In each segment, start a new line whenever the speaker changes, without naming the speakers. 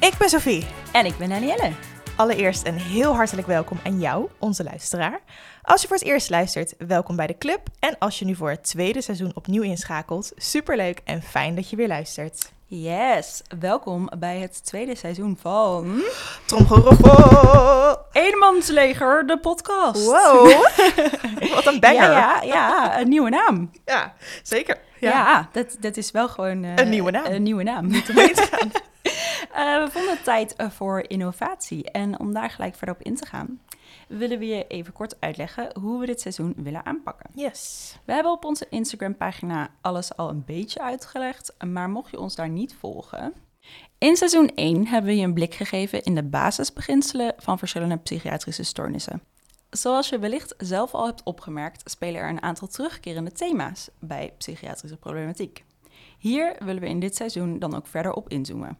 Ik ben Sophie.
En ik ben Danielle.
Allereerst een heel hartelijk welkom aan jou, onze luisteraar. Als je voor het eerst luistert, welkom bij de club. En als je nu voor het tweede seizoen opnieuw inschakelt, superleuk en fijn dat je weer luistert.
Yes, welkom bij het tweede seizoen van...
Tromgeroffel!
Eenmansleger, de podcast.
Wow, wat een banger.
Ja, ja, ja, een nieuwe naam.
Ja, zeker.
Ja, dat, dat is wel gewoon... eh,
Een nieuwe naam.
Een nieuwe naam. Eh, we vonden het tijd eh, voor innovatie. En om daar gelijk verder op in te gaan, willen we je even kort uitleggen hoe we dit seizoen willen aanpakken.
Yes.
We hebben op onze Instagram-pagina alles al een beetje uitgelegd, maar mocht je ons daar niet volgen. In seizoen 1 hebben we je een blik gegeven in de basisbeginselen van verschillende psychiatrische stoornissen. Zoals je wellicht zelf al hebt opgemerkt, spelen er een aantal terugkerende thema's bij psychiatrische problematiek. Hier willen we in dit seizoen dan ook verder op inzoomen.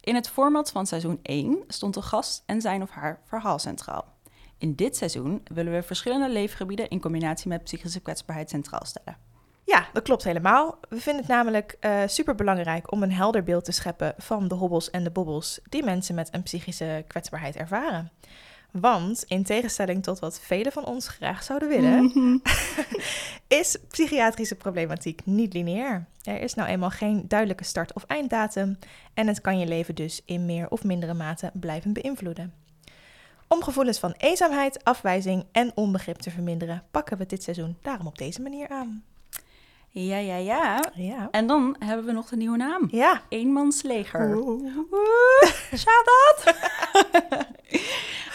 In het format van seizoen 1 stond de gast en zijn of haar verhaal centraal. In dit seizoen willen we verschillende leefgebieden in combinatie met psychische kwetsbaarheid centraal stellen.
Ja, dat klopt helemaal. We vinden het namelijk eh superbelangrijk om een helder beeld te scheppen van de hobbels en de bobbels die mensen met een psychische kwetsbaarheid ervaren. Want in tegenstelling tot wat velen van ons graag zouden willen, is psychiatrische problematiek niet lineair. Er is nou eenmaal geen duidelijke start- of einddatum en het kan je leven dus in meer of mindere mate blijven beïnvloeden. Om gevoelens van eenzaamheid, afwijzing en onbegrip te verminderen, pakken we dit seizoen daarom op deze manier aan.
Ja, ja, ja.
Ja.
En dan hebben we nog de nieuwe naam.
Ja. Oh.
Eenmansleger. Shout out!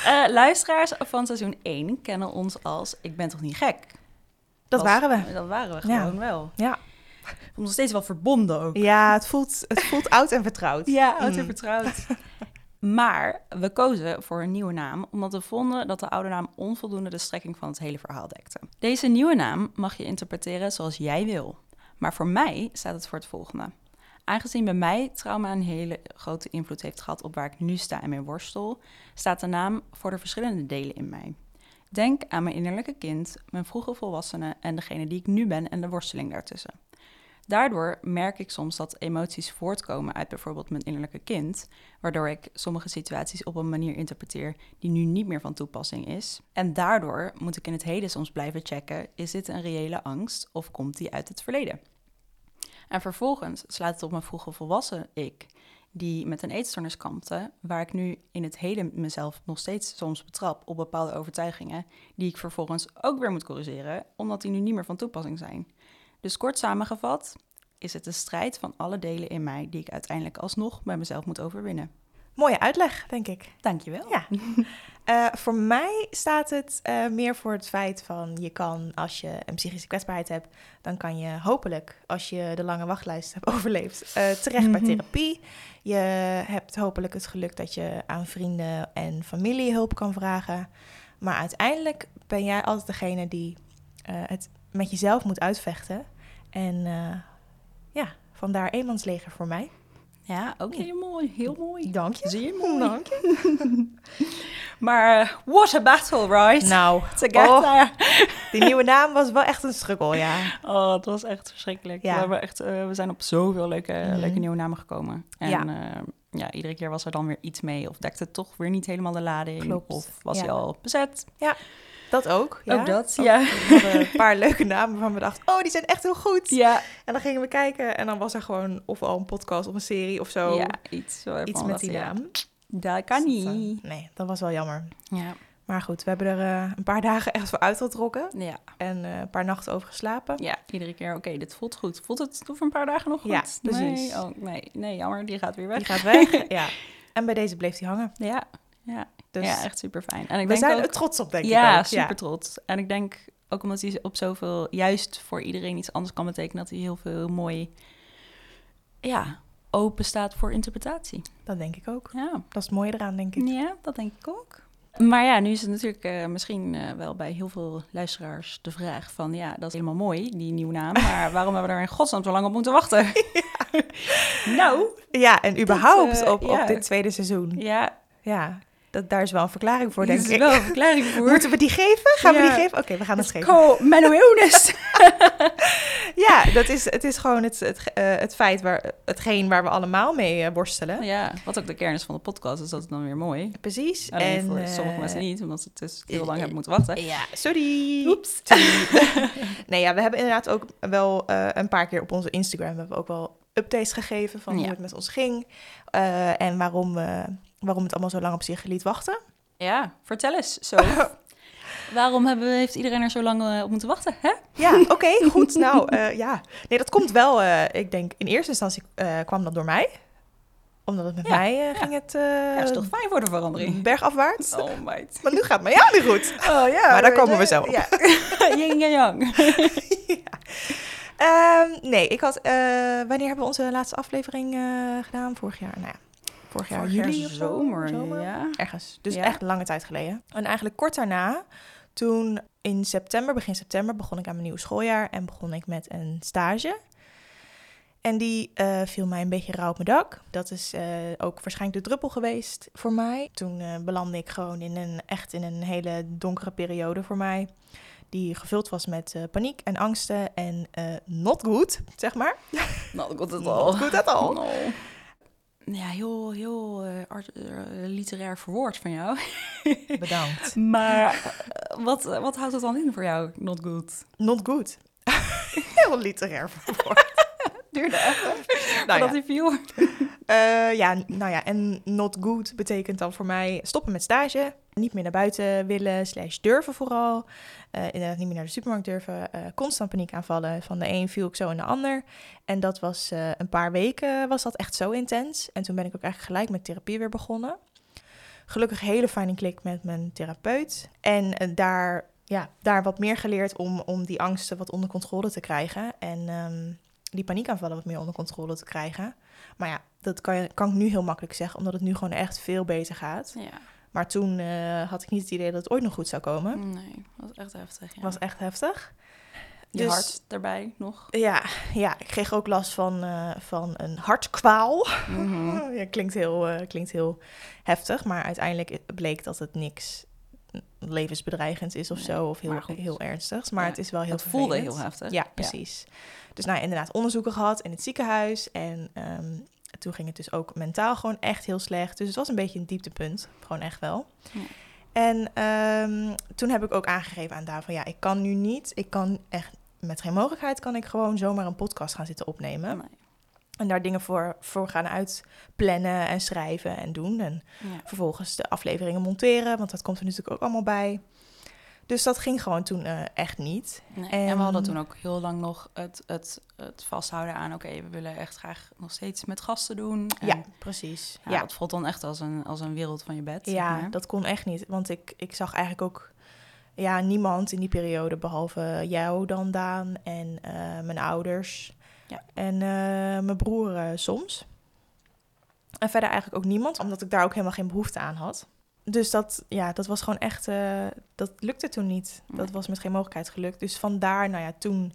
Eh, luisteraars van seizoen 1 kennen ons als Ik ben toch niet gek?
Dat
Was-
waren we.
Dat waren we
Ja.
gewoon wel.
Ja,
Ik voel me nog steeds wel verbonden ook.
ja het, voelt, het voelt oud en vertrouwd.
Ja, oud en vertrouwd. Maar we kozen voor een nieuwe naam omdat we vonden dat de oude naam onvoldoende de strekking van het hele verhaal dekte. Deze nieuwe naam mag je interpreteren zoals jij wil. Maar voor mij staat het voor het volgende. Aangezien bij mij trauma een hele grote invloed heeft gehad op waar ik nu sta en mee worstel, staat de naam voor de verschillende delen in mij. Denk aan mijn innerlijke kind, mijn vroege volwassene en degene die ik nu ben en de worsteling daartussen. Daardoor merk ik soms dat emoties voortkomen uit bijvoorbeeld mijn innerlijke kind, waardoor ik sommige situaties op een manier interpreteer die nu niet meer van toepassing is. En daardoor moet ik in het heden soms blijven checken: is dit een reële angst of komt die uit het verleden? En vervolgens slaat het op mijn vroege volwassen ik, die met een eetstoornis kampte, waar ik nu in het heden mezelf nog steeds soms betrap op bepaalde overtuigingen, die ik vervolgens ook weer moet corrigeren, omdat die nu niet meer van toepassing zijn. Dus kort samengevat is het de strijd van alle delen in mij die ik uiteindelijk alsnog bij mezelf moet overwinnen.
Mooie uitleg, denk ik.
Dankjewel.
Ja. Eh, voor mij staat het eh, meer voor het feit van je kan, als je een psychische kwetsbaarheid hebt, dan kan je hopelijk, als je de lange wachtlijst hebt overleefd, eh, terecht bij
Mhm.
therapie. Je hebt hopelijk het geluk dat je aan vrienden en familie hulp kan vragen. Maar uiteindelijk ben jij altijd degene die eh, het met jezelf moet uitvechten. En eh, ja, vandaar eenmansleger voor mij.
Ja, ook heel mooi. Heel mooi.
Dank je.
Zie je mooi. Maar eh, what a battle, right?
Nou,
Together.
die nieuwe naam was wel echt een struggle, ja.
Oh, het was echt verschrikkelijk.
Ja.
We, hebben echt, eh, we zijn op zoveel leuke,
Mhm.
leuke nieuwe namen gekomen. En
Ja.
ja. ja, iedere keer was er dan weer iets mee. Of dekte het toch weer niet helemaal de lading.
Klopt.
Of was
Ja.
hij al bezet.
Dat ook, ja.
Ook dat,
Ook-
ja.
we hadden een paar leuke namen waarvan we dachten, oh, die zijn echt heel goed.
Ja,
En dan gingen we kijken en dan was er gewoon of al een podcast of een serie of zo.
ja iets, waarvan
Iets
we
met
dachten,
die
ja,
naam.
Dat kan
Dus dat, eh,
niet.
nee, dat was wel jammer.
Ja.
Maar goed, we hebben er eh, een paar dagen echt voor uitgetrokken
ja.
en eh, een paar nachten over geslapen.
Ja, iedere keer, oké, dit voelt goed. Voelt het over een paar dagen nog goed?
Ja, precies.
Nee, oh, nee, nee, jammer, die gaat weer weg.
Die gaat weg, ja. En bij deze bleef hij hangen.
Ja, ja,
Dus
ja echt super fijn. En
we
ik denk
zijn
ook,
er trots op, denk
ja,
ik ook.
super trots. En ik denk ook omdat hij op zoveel, juist voor iedereen iets anders kan betekenen, dat hij heel veel mooi, ja, open staat voor interpretatie.
Dat denk ik ook.
Ja,
Dat is het mooie eraan, denk ik.
ja dat denk ik ook. Maar ja, nu is het natuurlijk eh, misschien eh, wel bij heel veel luisteraars de vraag van... ja, dat is helemaal mooi, die nieuwe naam... maar waarom hebben we daar in godsnaam zo lang op moeten wachten? Nou,
Ja, en überhaupt
eh,
op,
ja.
op dit tweede seizoen.
Ja,
Ja, Dat, daar is wel een verklaring voor,
Dit
denk
is
ik.
wel een verklaring voor.
Moeten we die geven? Gaan we
Ja.
die geven? Oké, we gaan het
It's
geven.
called mental illness.
Ja, dat is, het is gewoon het, het, ge- eh, het feit, waar, hetgeen waar we allemaal mee eh, worstelen.
ja, wat ook de kern is van de podcast, is dat is dan weer mooi.
Precies.
Alleen
en,
voor
eh,
sommige mensen niet, omdat ze het dus heel lang hebben moeten wachten.
Ja, sorry.
Oeps.
nee, ja, we hebben inderdaad ook wel eh, een paar keer op onze Instagram hebben we ook wel updates gegeven van hoe
Ja.
het met ons ging. eh, en waarom, eh, waarom het allemaal zo lang op zich liet wachten.
Ja, vertel eens. Zo. Waarom hebben, we- heeft iedereen er zo lang eh, op moeten wachten? Hè?
Ja, oké, goed. Nou, eh, ja. Nee, dat komt wel, eh, ik denk, in eerste instantie eh, kwam dat door mij. Omdat het met
Ja,
mij eh,
ja.
ging het eh,
Ja, is toch fijn voor de verandering?
bergafwaarts.
Oh my.
Maar nu gaat het met jou niet goed.
Oh ja.
maar daar komen we zo op.
Yin en yang.
Ehm, nee, ik had. eh, wanneer hebben we onze laatste aflevering eh, gedaan? Vorig jaar. Nou ja, vorig jaar
Vorig
juli
jaar
of zo,
zomer,
zomer.
ja.
Ergens. Dus
Ja.
echt lange tijd geleden. En eigenlijk kort daarna, toen in september, begin september, begon ik aan mijn nieuw schooljaar en begon ik met een stage. En die eh, viel mij een beetje rauw op mijn dak. Dat is eh, ook waarschijnlijk de druppel geweest voor mij. Toen eh, belandde ik gewoon in een, echt in een hele donkere periode voor mij. Die gevuld was met eh, paniek en angsten en eh, not good, zeg maar.
Nou, ik had het al.
Not good at all.
Oh. Ja, heel, heel eh, art- eh, literair verwoord van jou.
Bedankt.
Maar eh, wat, eh, wat houdt dat dan in voor jou, not good?
Not good. Heel literair verwoord.
Duurde even.
Nou ja.
dat interview.
Eh, ja, nou ja, en not good betekent dan voor mij stoppen met stage. Niet meer naar buiten willen, slash durven vooral. Eh, inderdaad, niet meer naar de supermarkt durven. eh, constant paniek aanvallen. Van de een viel ik zo in de ander. En dat was eh, een paar weken, was dat echt zo intens. En toen ben ik ook eigenlijk gelijk met therapie weer begonnen. Gelukkig hele fijne klik met mijn therapeut. En eh, daar, ja, daar wat meer geleerd om, om die angsten wat onder controle te krijgen. En ehm, die paniekaanvallen wat meer onder controle te krijgen. Maar ja, dat kan, je- kan ik nu heel makkelijk zeggen, omdat het nu gewoon echt veel beter gaat.
Ja,
Maar toen eh, had ik niet het idee dat het ooit nog goed zou komen.
nee, dat was echt heftig. Ja.
was echt heftig.
Je
dus-
hart daarbij nog.
Ja, ja, ik kreeg ook last van, eh, van een hartkwaal.
Mhm.
Ja, klinkt heel, eh, klinkt heel heftig, maar uiteindelijk bleek dat het niks levensbedreigends is of
Nee,
zo, of heel,
maar goed.
heel ernstigs. Maar
Ja,
het is wel heel
Dat voelde
vervelend.
heel heftig.
Ja, precies. Dus nou, ja, inderdaad, onderzoeken gehad in het ziekenhuis. En ehm, toen ging het dus ook mentaal gewoon echt heel slecht. Dus het was een beetje een dieptepunt. Gewoon echt wel.
Ja.
En ehm, toen heb ik ook aangegeven aan Daan van... ja, ik kan nu niet. Ik kan echt... met geen mogelijkheid kan ik gewoon zomaar een podcast gaan zitten opnemen.
Nee.
En daar dingen voor, voor gaan uitplannen en schrijven en doen. En
Ja.
vervolgens de afleveringen monteren, want dat komt er natuurlijk ook allemaal bij. Dus dat ging gewoon toen eh, echt niet.
Nee,
En-
En, we hadden
Ehm,
toen ook heel lang nog het, het, het vasthouden aan... oké, we willen echt graag nog steeds met gasten doen. En,
ja, precies.
ja,
ja.
dat voelt dan echt als een, als een wereld van je bed. zeg
Ja,
maar.
dat kon echt niet. Want ik, ik zag eigenlijk ook ja, niemand in die periode, behalve jou dan, Daan, en eh, mijn ouders.
Ja.
En eh, mijn broer eh, soms. En verder eigenlijk ook niemand, omdat ik daar ook helemaal geen behoefte aan had. Dus dat, ja, dat was gewoon echt, eh, dat lukte toen niet. Dat
Nee.
was met geen mogelijkheid gelukt. Dus vandaar, nou ja, toen.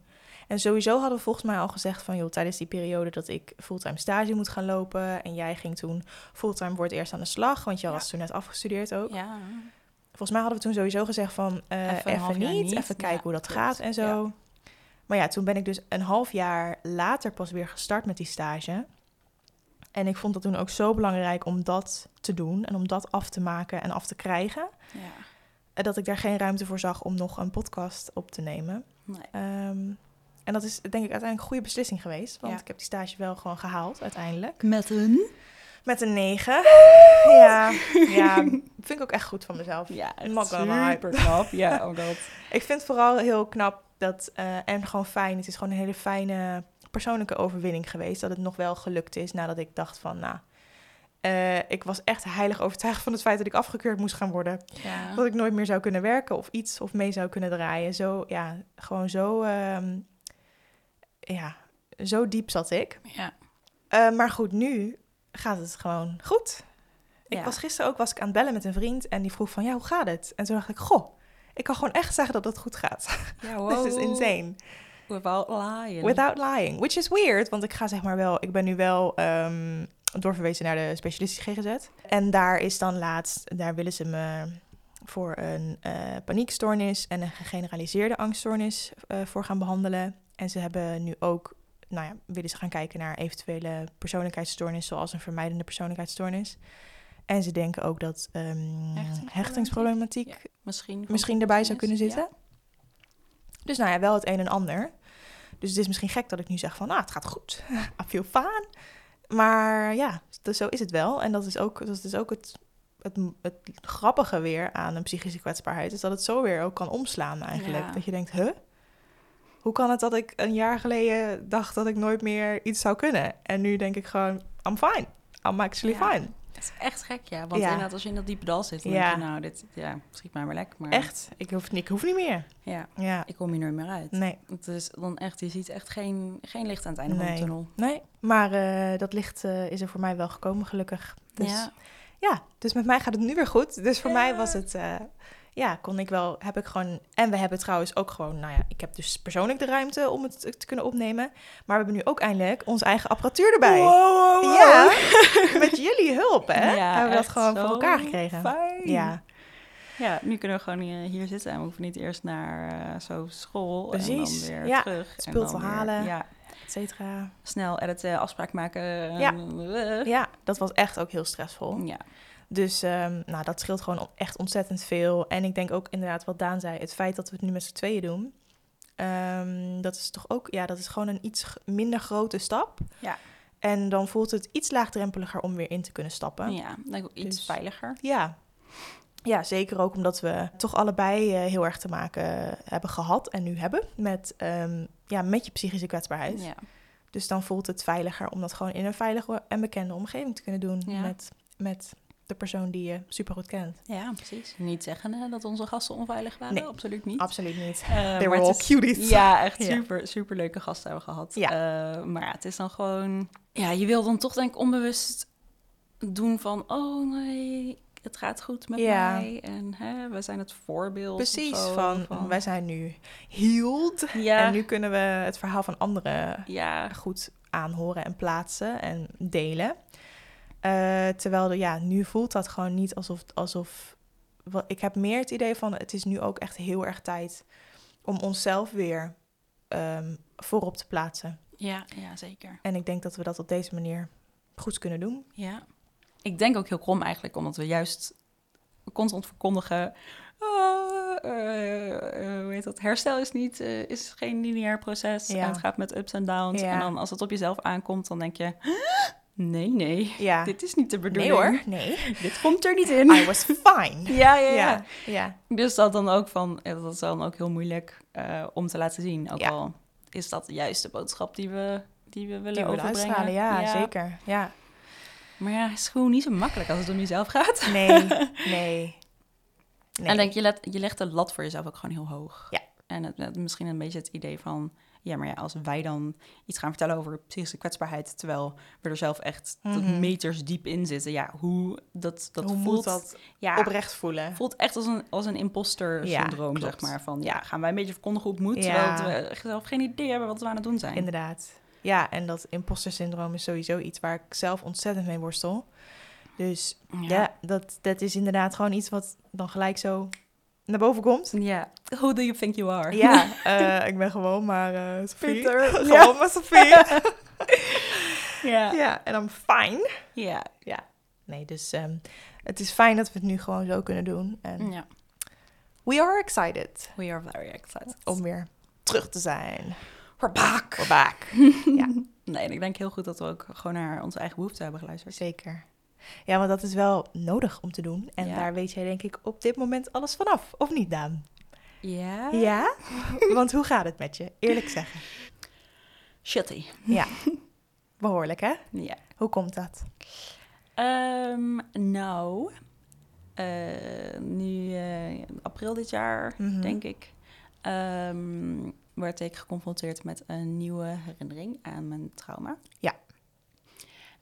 En sowieso hadden we volgens mij al gezegd van, joh, tijdens die periode dat ik fulltime stage moet gaan lopen. En jij ging toen fulltime wordt eerst aan de slag, want jij
Ja.
was toen net afgestudeerd ook.
Ja.
Volgens mij hadden we toen sowieso gezegd van eh,
Even
even,
een half jaar
niet,
niet.
even kijken
Ja,
hoe dat
klopt.
gaat en zo. Maar ja, toen ben ik dus een half jaar later pas weer gestart met die stage. En ik vond dat toen ook zo belangrijk om dat te doen en om dat af te maken en af te krijgen.
ja.
eh, Dat ik daar geen ruimte voor zag om nog een podcast op te nemen.
Nee.
Ehm, en dat is denk ik uiteindelijk een goede beslissing geweest. Want
Ja.
ik heb die stage wel gewoon gehaald uiteindelijk.
Met een...
Met een 9. Ja, ja, vind ik ook echt goed van mezelf.
Ja, echt
Mag wel maar.
super knap. Ja, oh god.
Ik vind het vooral heel knap dat, eh, en gewoon fijn. Het is gewoon een hele fijne persoonlijke overwinning geweest. Dat het nog wel gelukt is nadat ik dacht van, nou, eh, ik was echt heilig overtuigd van het feit dat ik afgekeurd moest gaan worden.
Ja.
Dat ik nooit meer zou kunnen werken of iets of mee zou kunnen draaien. Zo, ja, gewoon zo, ehm, ja, zo diep zat ik.
Ja.
Eh, maar goed, nu gaat het gewoon goed. Ik
Ja.
was gisteren ook was ik aan het bellen met een vriend en die vroeg van ja, hoe gaat het? En toen dacht ik, goh, ik kan gewoon echt zeggen dat het goed gaat.
ja
Dit is
wow.
insane.
Without lying.
Without lying. Which is weird, want ik ga zeg maar wel, ik ben nu wel ehm, doorverwezen naar de specialist GGZ. En daar is dan laatst, daar willen ze me voor een eh, paniekstoornis en een gegeneraliseerde angststoornis eh, voor gaan behandelen. En ze hebben nu ook, nou ja, willen ze gaan kijken naar eventuele persoonlijkheidsstoornis, zoals een vermijdende persoonlijkheidsstoornis. En ze denken ook dat ehm,
Hechtingsproblematiek?
hechtingsproblematiek
Misschien. van
misschien erbij zou kunnen
betekenis,
zitten.
ja.
Dus nou ja, wel het een en ander. Dus het is misschien gek dat ik nu zeg van, nou, het gaat goed. I feel fine. Maar ja, dus zo is het wel. En dat is ook, dat is ook het, het, het grappige weer aan een psychische kwetsbaarheid. Is dat het zo weer ook kan omslaan eigenlijk.
Ja.
Dat je denkt, huh? Hoe kan het dat ik een jaar geleden dacht dat ik nooit meer iets zou kunnen? En nu denk ik gewoon, I'm fine. I'm actually
Ja.
fine.
Het is echt gek, ja. Want
Ja.
inderdaad, als je in dat diepe dal zit, dan
Ja.
denk je, nou, dit, ja, schiet mij maar lek. Maar
Echt, ik hoef, ik hoef niet meer.
Ja,
Ja,
ik kom hier nooit meer uit.
nee.
Het is dan echt, je ziet echt geen, geen licht aan het einde van
Nee.
de tunnel.
Nee, maar eh, dat licht eh, is er voor mij wel gekomen, gelukkig. Dus ja.
ja.
dus met mij gaat het nu weer goed. Dus voor
Ja.
mij was het, eh, ja, kon ik wel, heb ik gewoon, en we hebben trouwens ook gewoon, nou ja, ik heb dus persoonlijk de ruimte om het te kunnen opnemen. Maar we hebben nu ook eindelijk onze eigen apparatuur erbij. Ja, met jullie hulp, hè?
Ja,
hebben we dat
echt
gewoon voor
zo
elkaar gekregen.
fijn.
Ja,
Ja, nu kunnen we gewoon hier, hier zitten en we hoeven niet eerst naar eh, zo school en dan
Precies,
weer
ja.
terug. en
Spul
dan
te
weer-
halen.
ja,
et cetera.
snel editen, afspraak maken.
Ja.
eh,
Ja, dat was echt ook heel stressvol.
ja.
Dus ehm, nou, dat scheelt gewoon echt ontzettend veel. En ik denk ook inderdaad wat Daan zei, het feit dat we het nu met z'n tweeën doen. ehm, dat is toch ook, ja, dat is gewoon een iets g- minder grote stap.
Ja.
En dan voelt het iets laagdrempeliger om weer in te kunnen stappen. Ja.
Ja, denk ik ook iets
Dus-
veiliger.
Ja, zeker ook omdat we toch allebei eh, heel erg te maken eh, hebben gehad en nu hebben met, ehm, ja, met je psychische kwetsbaarheid.
Ja.
Dus dan voelt het veiliger om dat gewoon in een veilige en bekende omgeving te kunnen doen
Ja.
met, met de persoon die je supergoed kent.
ja, precies. Niet zeggen hè, dat onze gasten onveilig waren,
Nee.
absoluut niet.
Absoluut niet.
Eh, maar
They were
het
all
is-
cuties.
Ja, echt
Ja.
super, super leuke gasten hebben we gehad.
Ja.
Eh, maar ja, het is dan gewoon... Ja, je wil dan toch denk ik onbewust doen van... Oh nee, het gaat goed met
Ja.
mij. En hè, we zijn het voorbeeld. of
Precies,
zo,
van, wij zijn nu healed.
Ja,
En nu kunnen we het verhaal van anderen
ja,
goed aanhoren en plaatsen en delen. Eh, terwijl, de- ja, nu voelt dat gewoon niet alsof... alsof wel, ik heb meer het idee van, het is nu ook echt heel erg tijd om onszelf weer ehm, voorop te plaatsen.
ja, ja, zeker.
En ik denk dat we dat op deze manier goed kunnen doen.
Ja. Ik denk ook heel krom eigenlijk, omdat we juist constant verkondigen. "Ah, eh, eh, hoe heet dat? Herstel is, niet, eh, is geen lineair proces.
Ja.
En het gaat met ups en downs.
Ja.
En dan als het op jezelf aankomt, dan denk je... "Huh? Nee, nee.
Ja,
Dit is niet de
nee
bedoeling.
hoor, nee.
Dit komt er niet in.
I was fine.
Ja, ja, ja,
Ja, ja,
Dus dat dan ook van... eh, Dat is dan ook heel moeilijk eh, om te laten zien. Ook
Ja.
al is dat juist de boodschap die we, die we willen
die willen
overbrengen.
uitstralen, ja, zeker. Ja.
Maar ja, het is gewoon niet zo makkelijk als het om jezelf gaat.
Nee, nee. nee.
En denk, je, let, je legt de lat voor jezelf ook gewoon heel hoog.
Ja.
En het, het- misschien een beetje het idee van... Ja, maar ja, als wij dan iets gaan vertellen over psychische kwetsbaarheid... terwijl we er zelf echt tot
Mhm.
meters diep in zitten. Ja, hoe dat, dat
Hoe
voelt...
moet dat
ja,
oprecht voelen?
voelt echt als een, als een imposter
Ja,
syndroom,
klopt.
zeg maar. Van ja, gaan wij een beetje verkondigen hoe het moet...
Ja.
terwijl we echt zelf geen idee hebben wat we aan het doen zijn.
Inderdaad. Ja, en dat imposter syndroom is sowieso iets waar ik zelf ontzettend mee worstel. Dus ja, dat, dat is inderdaad gewoon iets wat dan gelijk zo naar boven komt.
ja. Who do you think you are?
Ja, eh, ik ben gewoon maar eh Sophie.
Pieter.
Gewoon
Ja.
maar Sophie.
ja.
ja, en I'm fine.
Ja.
Nee, dus ehm, het is fijn dat we het nu gewoon zo kunnen doen. En
Ja.
we are excited
We are very excited.
om weer terug te zijn.
We're back.
We're back.
Nee, en ik denk heel goed dat we ook gewoon naar onze eigen behoeften hebben geluisterd.
Zeker. Ja, want dat is wel nodig om te doen. En
Ja.
daar weet jij denk ik op dit moment alles vanaf. Of niet, Daan?
Ja?
Ja? want hoe gaat het met je? Eerlijk zeggen.
Shitty.
Ja. Behoorlijk, hè?
Ja.
Hoe komt dat?
Ehm, nou, eh, nu eh, april dit jaar,
Mhm.
denk ik, ehm, werd ik geconfronteerd met een nieuwe herinnering aan mijn trauma.
Ja.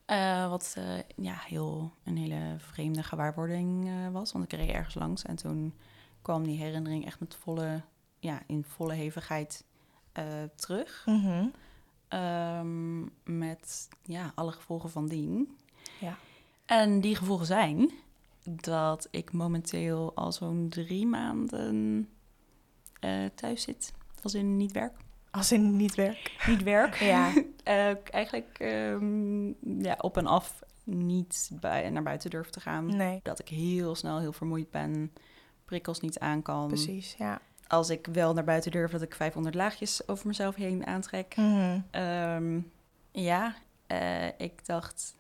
Eh, wat eh, ja, heel, een hele vreemde gewaarwording eh, was, want ik reed ergens langs en toen kwam die herinnering echt met volle, ja, in volle hevigheid eh, terug.
Mhm.
Ehm, met ja, alle gevolgen van dien.
Ja.
En die gevolgen zijn dat ik momenteel al zo'n drie maanden eh, thuis zit. Als in niet werk.
Als in niet werk.
Niet werk.
Ja.
Eh, eigenlijk ehm, ja, op en af niet bij, naar buiten durf te gaan.
Nee.
Dat ik heel snel heel vermoeid ben. Prikkels niet aan kan.
Precies, ja.
Als ik wel naar buiten durf, dat ik 500 laagjes over mezelf heen aantrek.
Mhm.
Ehm, ja, eh, ik dacht,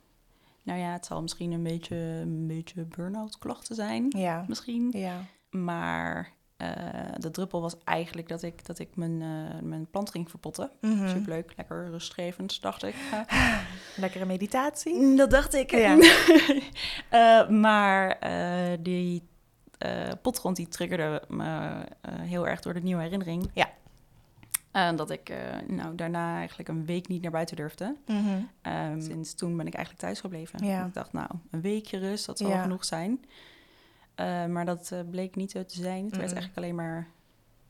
nou ja, het zal misschien een beetje, een beetje burn-out klachten zijn.
Ja.
Misschien.
Ja.
Maar eh, de druppel was eigenlijk dat ik, dat ik mijn, eh, mijn plant ging verpotten.
Mhm.
Superleuk, lekker rustgevend, dacht ik.
Lekkere meditatie.
Dat dacht ik.
Ja.
Eh, maar eh, die eh, potgrond die triggerde me eh, heel erg door de nieuwe herinnering.
Ja.
En dat ik eh, nou, daarna eigenlijk een week niet naar buiten durfde.
Mhm.
Ehm, sinds toen ben ik eigenlijk thuis gebleven.
Ja.
Ik dacht, nou, een weekje rust, dat zal
Ja.
genoeg zijn. Eh, maar dat eh, bleek niet zo te zijn. Het werd
Mm-mm.
eigenlijk alleen maar,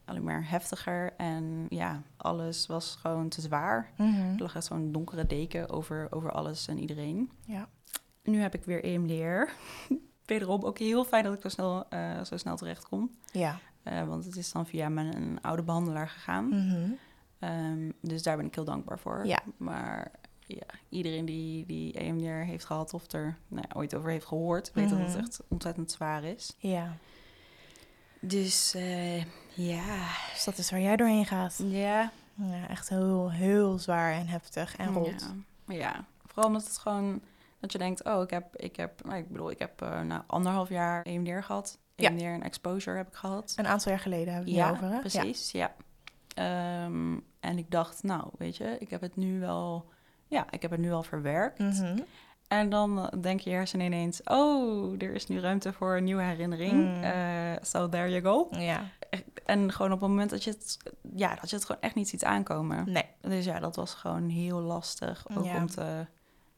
alleen maar heftiger. En ja, alles was gewoon te zwaar.
Mhm.
Er lag echt zo'n donkere deken over, over alles en iedereen.
Ja.
Nu heb ik weer EMDR. Wederom ook heel fijn dat ik zo snel, eh, zo snel terecht kom.
Ja.
Eh, want het is dan via mijn een oude behandelaar gegaan.
Mhm.
Ehm, dus daar ben ik heel dankbaar voor.
Ja.
Maar ja, iedereen die, die E EMDR heeft gehad of er nou ja, ooit over heeft gehoord, weet dat het
Mhm.
echt ontzettend zwaar is.
Ja.
Dus eh, ja.
Dus dat is waar jij doorheen gaat.
Ja.
Ja, echt heel, heel zwaar en heftig en rot.
Ja. ja. Vooral omdat het gewoon dat je denkt, oh, ik heb, ik heb, nou, ik bedoel, ik heb eh, na anderhalf jaar E EMDR gehad.
Ja.
EMDR en exposure heb ik gehad.
Een aantal jaar geleden hebben we het hierover, hè?
precies. Ja. Ehm, en ik dacht, nou, weet je, ik heb het nu wel, ja, ik heb het nu al verwerkt.
Ja. Mhm.
En dan eh, denk je hersenen ineens, oh, er is nu ruimte voor een nieuwe herinnering.
Mm.
Eh, so there you go.
Mhm. Ja.
En gewoon op het moment dat je het, ja, dat je het gewoon echt niet ziet aankomen.
Nee.
Dus ja, dat was gewoon heel lastig. Ook
Ja.
om te,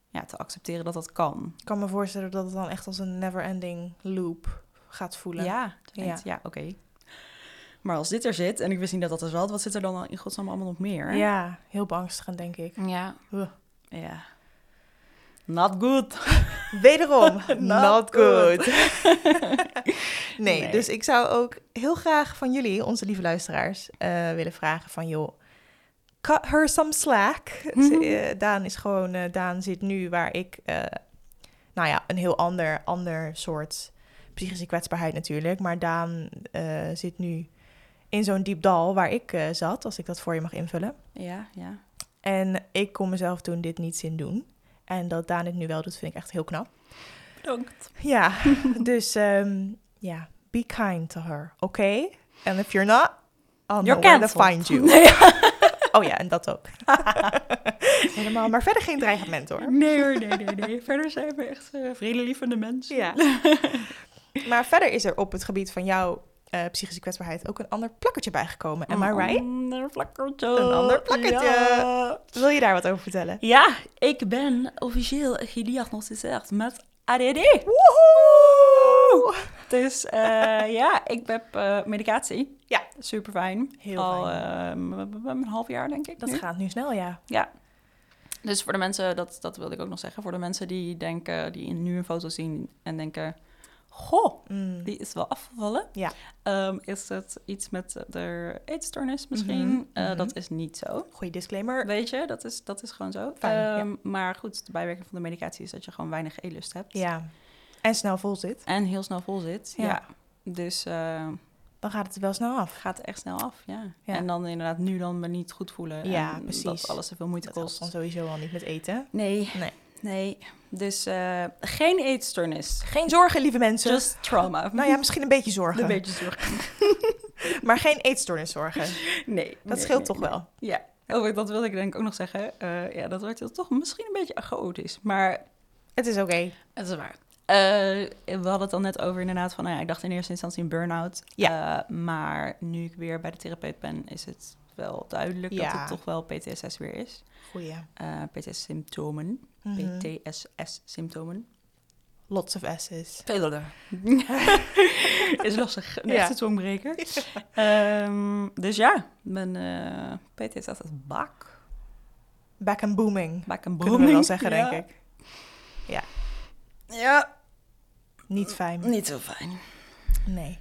ja, te accepteren dat dat kan.
Ik kan me voorstellen dat het dan echt als een never-ending loop gaat voelen.
Ja,
Ja.
ja, ja oké. Maar als dit er zit, en ik wist niet dat dat er zat, wat zit er dan in godsnaam allemaal nog meer?
Ja, heel beangstigend, denk ik.
Ja.
Ugh.
Ja. Not good.
Wederom, not,
Not
good.
good.
nee,
Nee.
dus ik zou ook heel graag van jullie, onze lieve luisteraars, eh, willen vragen van joh, cut her some slack. Ze, eh, Daan is gewoon, eh, Daan zit nu waar ik, eh, nou ja, een heel ander, ander soort psychische kwetsbaarheid natuurlijk, maar Daan eh, zit nu in zo'n diep dal waar ik eh, zat, als ik dat voor je mag invullen.
Ja, ja.
En ik kon mezelf toen dit niet zien doen. En dat Daan dit nu wel doet, vind ik echt heel knap.
Bedankt.
Ja, dus ehm, ja, be kind to her, oké? And if you're not, I'll
You're
know where to
cancelled.
find you. Oh ja, en dat ook. Helemaal, maar verder geen dreigement hoor.
Nee hoor, nee, nee, nee. Verder zijn we echt eh, vredelievende mensen.
Ja. Maar verder is er op het gebied van jouw eh, psychische kwetsbaarheid ook een ander plakkertje bijgekomen. Am I right?
Een ander plakkertje.
Een ander plakkertje.
Ja.
Wil je daar wat over vertellen?
Ja, ik ben officieel gediagnosticeerd met ADD.
Woehoe!
Dus eh, ja, ik heb eh, medicatie.
Ja.
Super fijn.
Heel
Al
fijn.
eh, m- m- m- een half jaar, denk ik.
Dat
nu.
gaat nu snel, ja.
Ja. Dus voor de mensen, dat, dat wilde ik ook nog zeggen, voor de mensen die denken, die nu een foto zien en denken, goh,
Mm.
die is wel afgevallen.
Ja.
Ehm, is het iets met de eetstoornis misschien?
Mhm,
Eh,
mhm.
Dat is niet zo.
Goeie disclaimer.
Weet je, dat is, dat is gewoon zo.
Fijn, ja.
Ehm, Maar goed, de bijwerking van de medicatie is dat je gewoon weinig eetlust hebt.
Ja. En snel vol zit.
En heel snel vol zit.
Ja.
Ja. Dus eh,
Dan gaat het wel snel af.
gaat echt snel af. Ja.
Ja.
En dan inderdaad nu dan me niet goed voelen.
Ja,
en
precies.
Dat alles te veel moeite
Dat
kost.
kost dan sowieso al niet met eten.
Nee.
Nee.
Nee. Dus eh, geen eetstoornis.
Geen zorgen, lieve mensen.
Just trauma.
Nou ja, misschien een beetje zorgen.
een beetje zorg.
Maar geen eetstoornis zorgen.
Nee.
Dat scheelt toch wel.
Ja. Oh, dat wilde ik denk ik ook nog zeggen. Eh, ja, dat wordt toch misschien een beetje chaotisch. Maar
Het is oké.
Het is waar. Eh, we hadden het al net over inderdaad van, nou ja, ik dacht in eerste instantie een burn-out.
Ja.
Eh, maar nu ik weer bij de therapeut ben, is het wel duidelijk
Ja.
dat het toch wel PTSS weer is.
Goeie.
Eh, PTSS-symptomen.
Mhm.
PTSS-symptomen.
Lots of S's.
Veel Is lastig. Een
Ja.
echte tongbreker. Ehm, dus ja, mijn eh, PTSS is back.
Back and booming,
Back and
kunnen we wel
booming.
zeggen,
Ja.
denk ik.
Ja,
Niet fijn.
niet zo fijn.
Nee.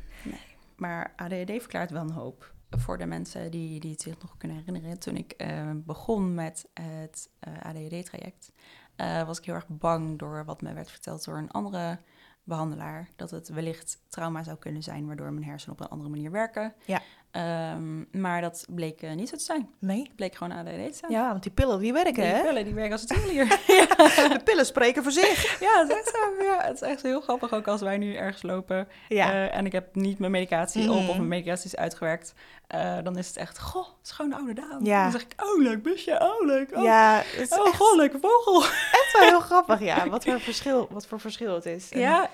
Maar ADHD verklaart wel een hoop. Voor de mensen die, die het zich nog kunnen herinneren, toen ik eh, begon met het eh, ADHD-traject, eh, was ik heel erg bang door wat me werd verteld door een andere behandelaar. Dat het wellicht trauma zou kunnen zijn, waardoor mijn hersenen op een andere manier werken.
Ja.
Ehm, maar dat bleek eh, niet zo te zijn.
Nee?
Het bleek gewoon ADHD te zijn.
Ja, want die pillen, die werken,
Die
hè?
pillen, die werken als het hier.
De pillen spreken voor zich.
Ja, het is echt zo. Ja, het is echt heel grappig ook als wij nu ergens lopen
Ja.
eh, en ik heb niet mijn medicatie op
Mhm.
of mijn medicatie is uitgewerkt. eh, dan is het echt, goh, het is gewoon een oude dame.
Ja.
Dan zeg ik, oh leuk busje, oh leuk. Oh,
Ja, het is
oh
echt,
goh, leuke vogel.
echt wel heel grappig, ja. Wat voor verschil, wat voor verschil het is. En
Ja,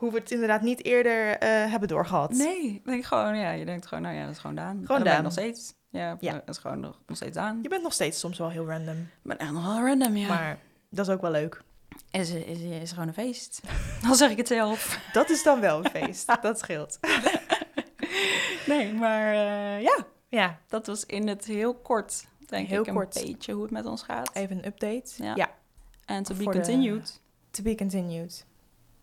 Hoe we het inderdaad niet eerder eh, hebben doorgehad.
nee. Ik Denk gewoon, ja, je denkt gewoon, nou ja, dat is gewoon Daan. En dan
Daan.
ben je nog steeds. Ja, eh,
Ja.
dat is gewoon nog, nog steeds Daan.
Je bent nog steeds soms wel heel random.
Maar echt nog wel random, ja.
Maar dat is ook wel leuk.
Is, is, is, gewoon een feest. Dan zeg ik het zelf.
Dat is dan wel een feest. dat scheelt.
Nee, maar eh, ja,
Ja,
dat was in het heel kort, denk
Heel
ik, een
kort.
beetje hoe het met ons gaat.
even een update.
Ja. En to be
Voor de-
continued.
To be continued.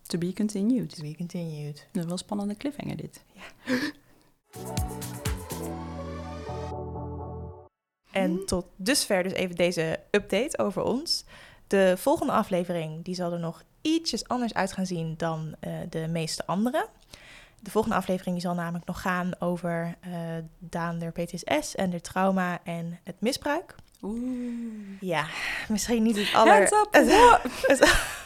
To be continued.
To be continued.
Dat is wel een spannende cliffhanger dit. Hmm.
En tot dusver dus even deze update over ons. De volgende aflevering die zal er nog ietsjes anders uit gaan zien dan eh, de meeste andere. De volgende aflevering die zal namelijk nog gaan over eh, Daan der PTSS en de trauma en het misbruik.
Oeh.
Ja, misschien niet het aller...
Hands up!
Het, het-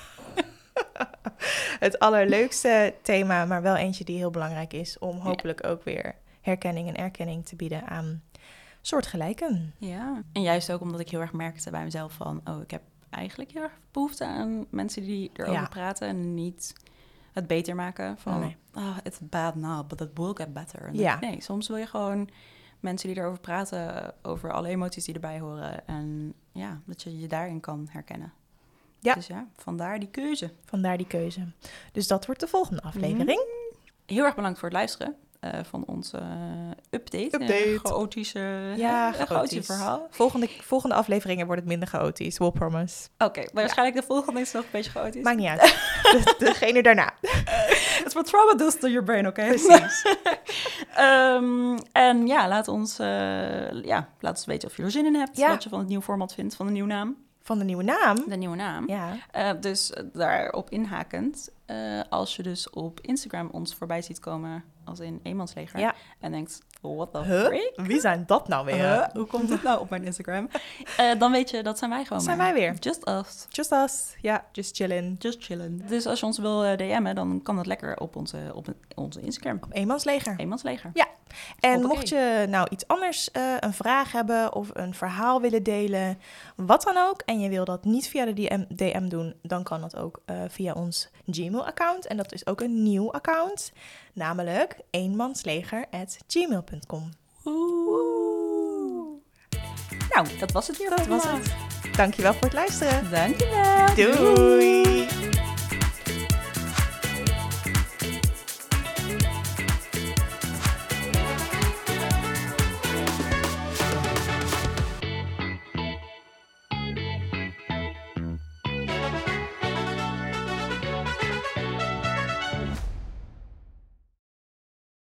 het allerleukste thema, maar wel eentje die heel belangrijk is om hopelijk ook weer herkenning en erkenning te bieden aan soortgelijken.
Ja. En juist ook omdat ik heel erg merkte bij mezelf van... oh, ik heb eigenlijk heel erg behoefte aan mensen die erover
Ja.
praten... en niet het beter maken van...
Nee.
oh, it's bad now, but it will get better. En dan
Ja.
denk ik, Nee, soms wil je gewoon mensen die erover praten... over alle emoties die erbij horen. En ja, dat je je daarin kan herkennen.
Ja.
Dus ja, vandaar die keuze.
Vandaar die keuze. Dus dat wordt de volgende aflevering.
Heel erg bedankt voor het luisteren eh, van onze update.
Update.
Een chaotische,
Ja,
een chaotisch
chaotisch.
verhaal.
Volgende, volgende afleveringen wordt het minder chaotisch, we'll promise.
Oké, maar waarschijnlijk de volgende is nog een beetje chaotisch.
Maakt niet uit. De- Degene daarna.
Het wat trauma does to your brain, oké?
Precies.
Ehm, en ja, laat ons, eh, ja, laat ons weten of je er zin in hebt.
Ja.
Wat je van het nieuwe format vindt, van de nieuwe naam.
Van de nieuwe naam.
De nieuwe naam.
Ja.
Eh, dus daarop inhakend, eh, als je dus op Instagram ons voorbij ziet komen als in Eenmansleger.
Ja.
En denkt, what the
Huh?
freak?
Wie zijn dat nou weer?
Huh? hoe komt dit nou op mijn Instagram? Eh, dan weet je, dat zijn wij gewoon.
Zijn
maar.
wij weer.
Just us.
Just us. Ja, just chillen.
Just chillen. Dus als je ons wil eh, DM'en, dan kan dat lekker op onze, op een- onze Instagram.
Op Eenmansleger.
Eenmansleger.
En
Hoppakee.
mocht je nou iets anders, eh, een vraag hebben of een verhaal willen delen, wat dan ook, en je wil dat niet via de DM, DM doen, dan kan dat ook eh, via ons Gmail-account. En dat is ook een nieuw account, namelijk eenmansleger.gmail.com.
Oeh. Nou, dat was het weer.
Dat was het. Dankjewel voor het luisteren.
Dankjewel.
Doei.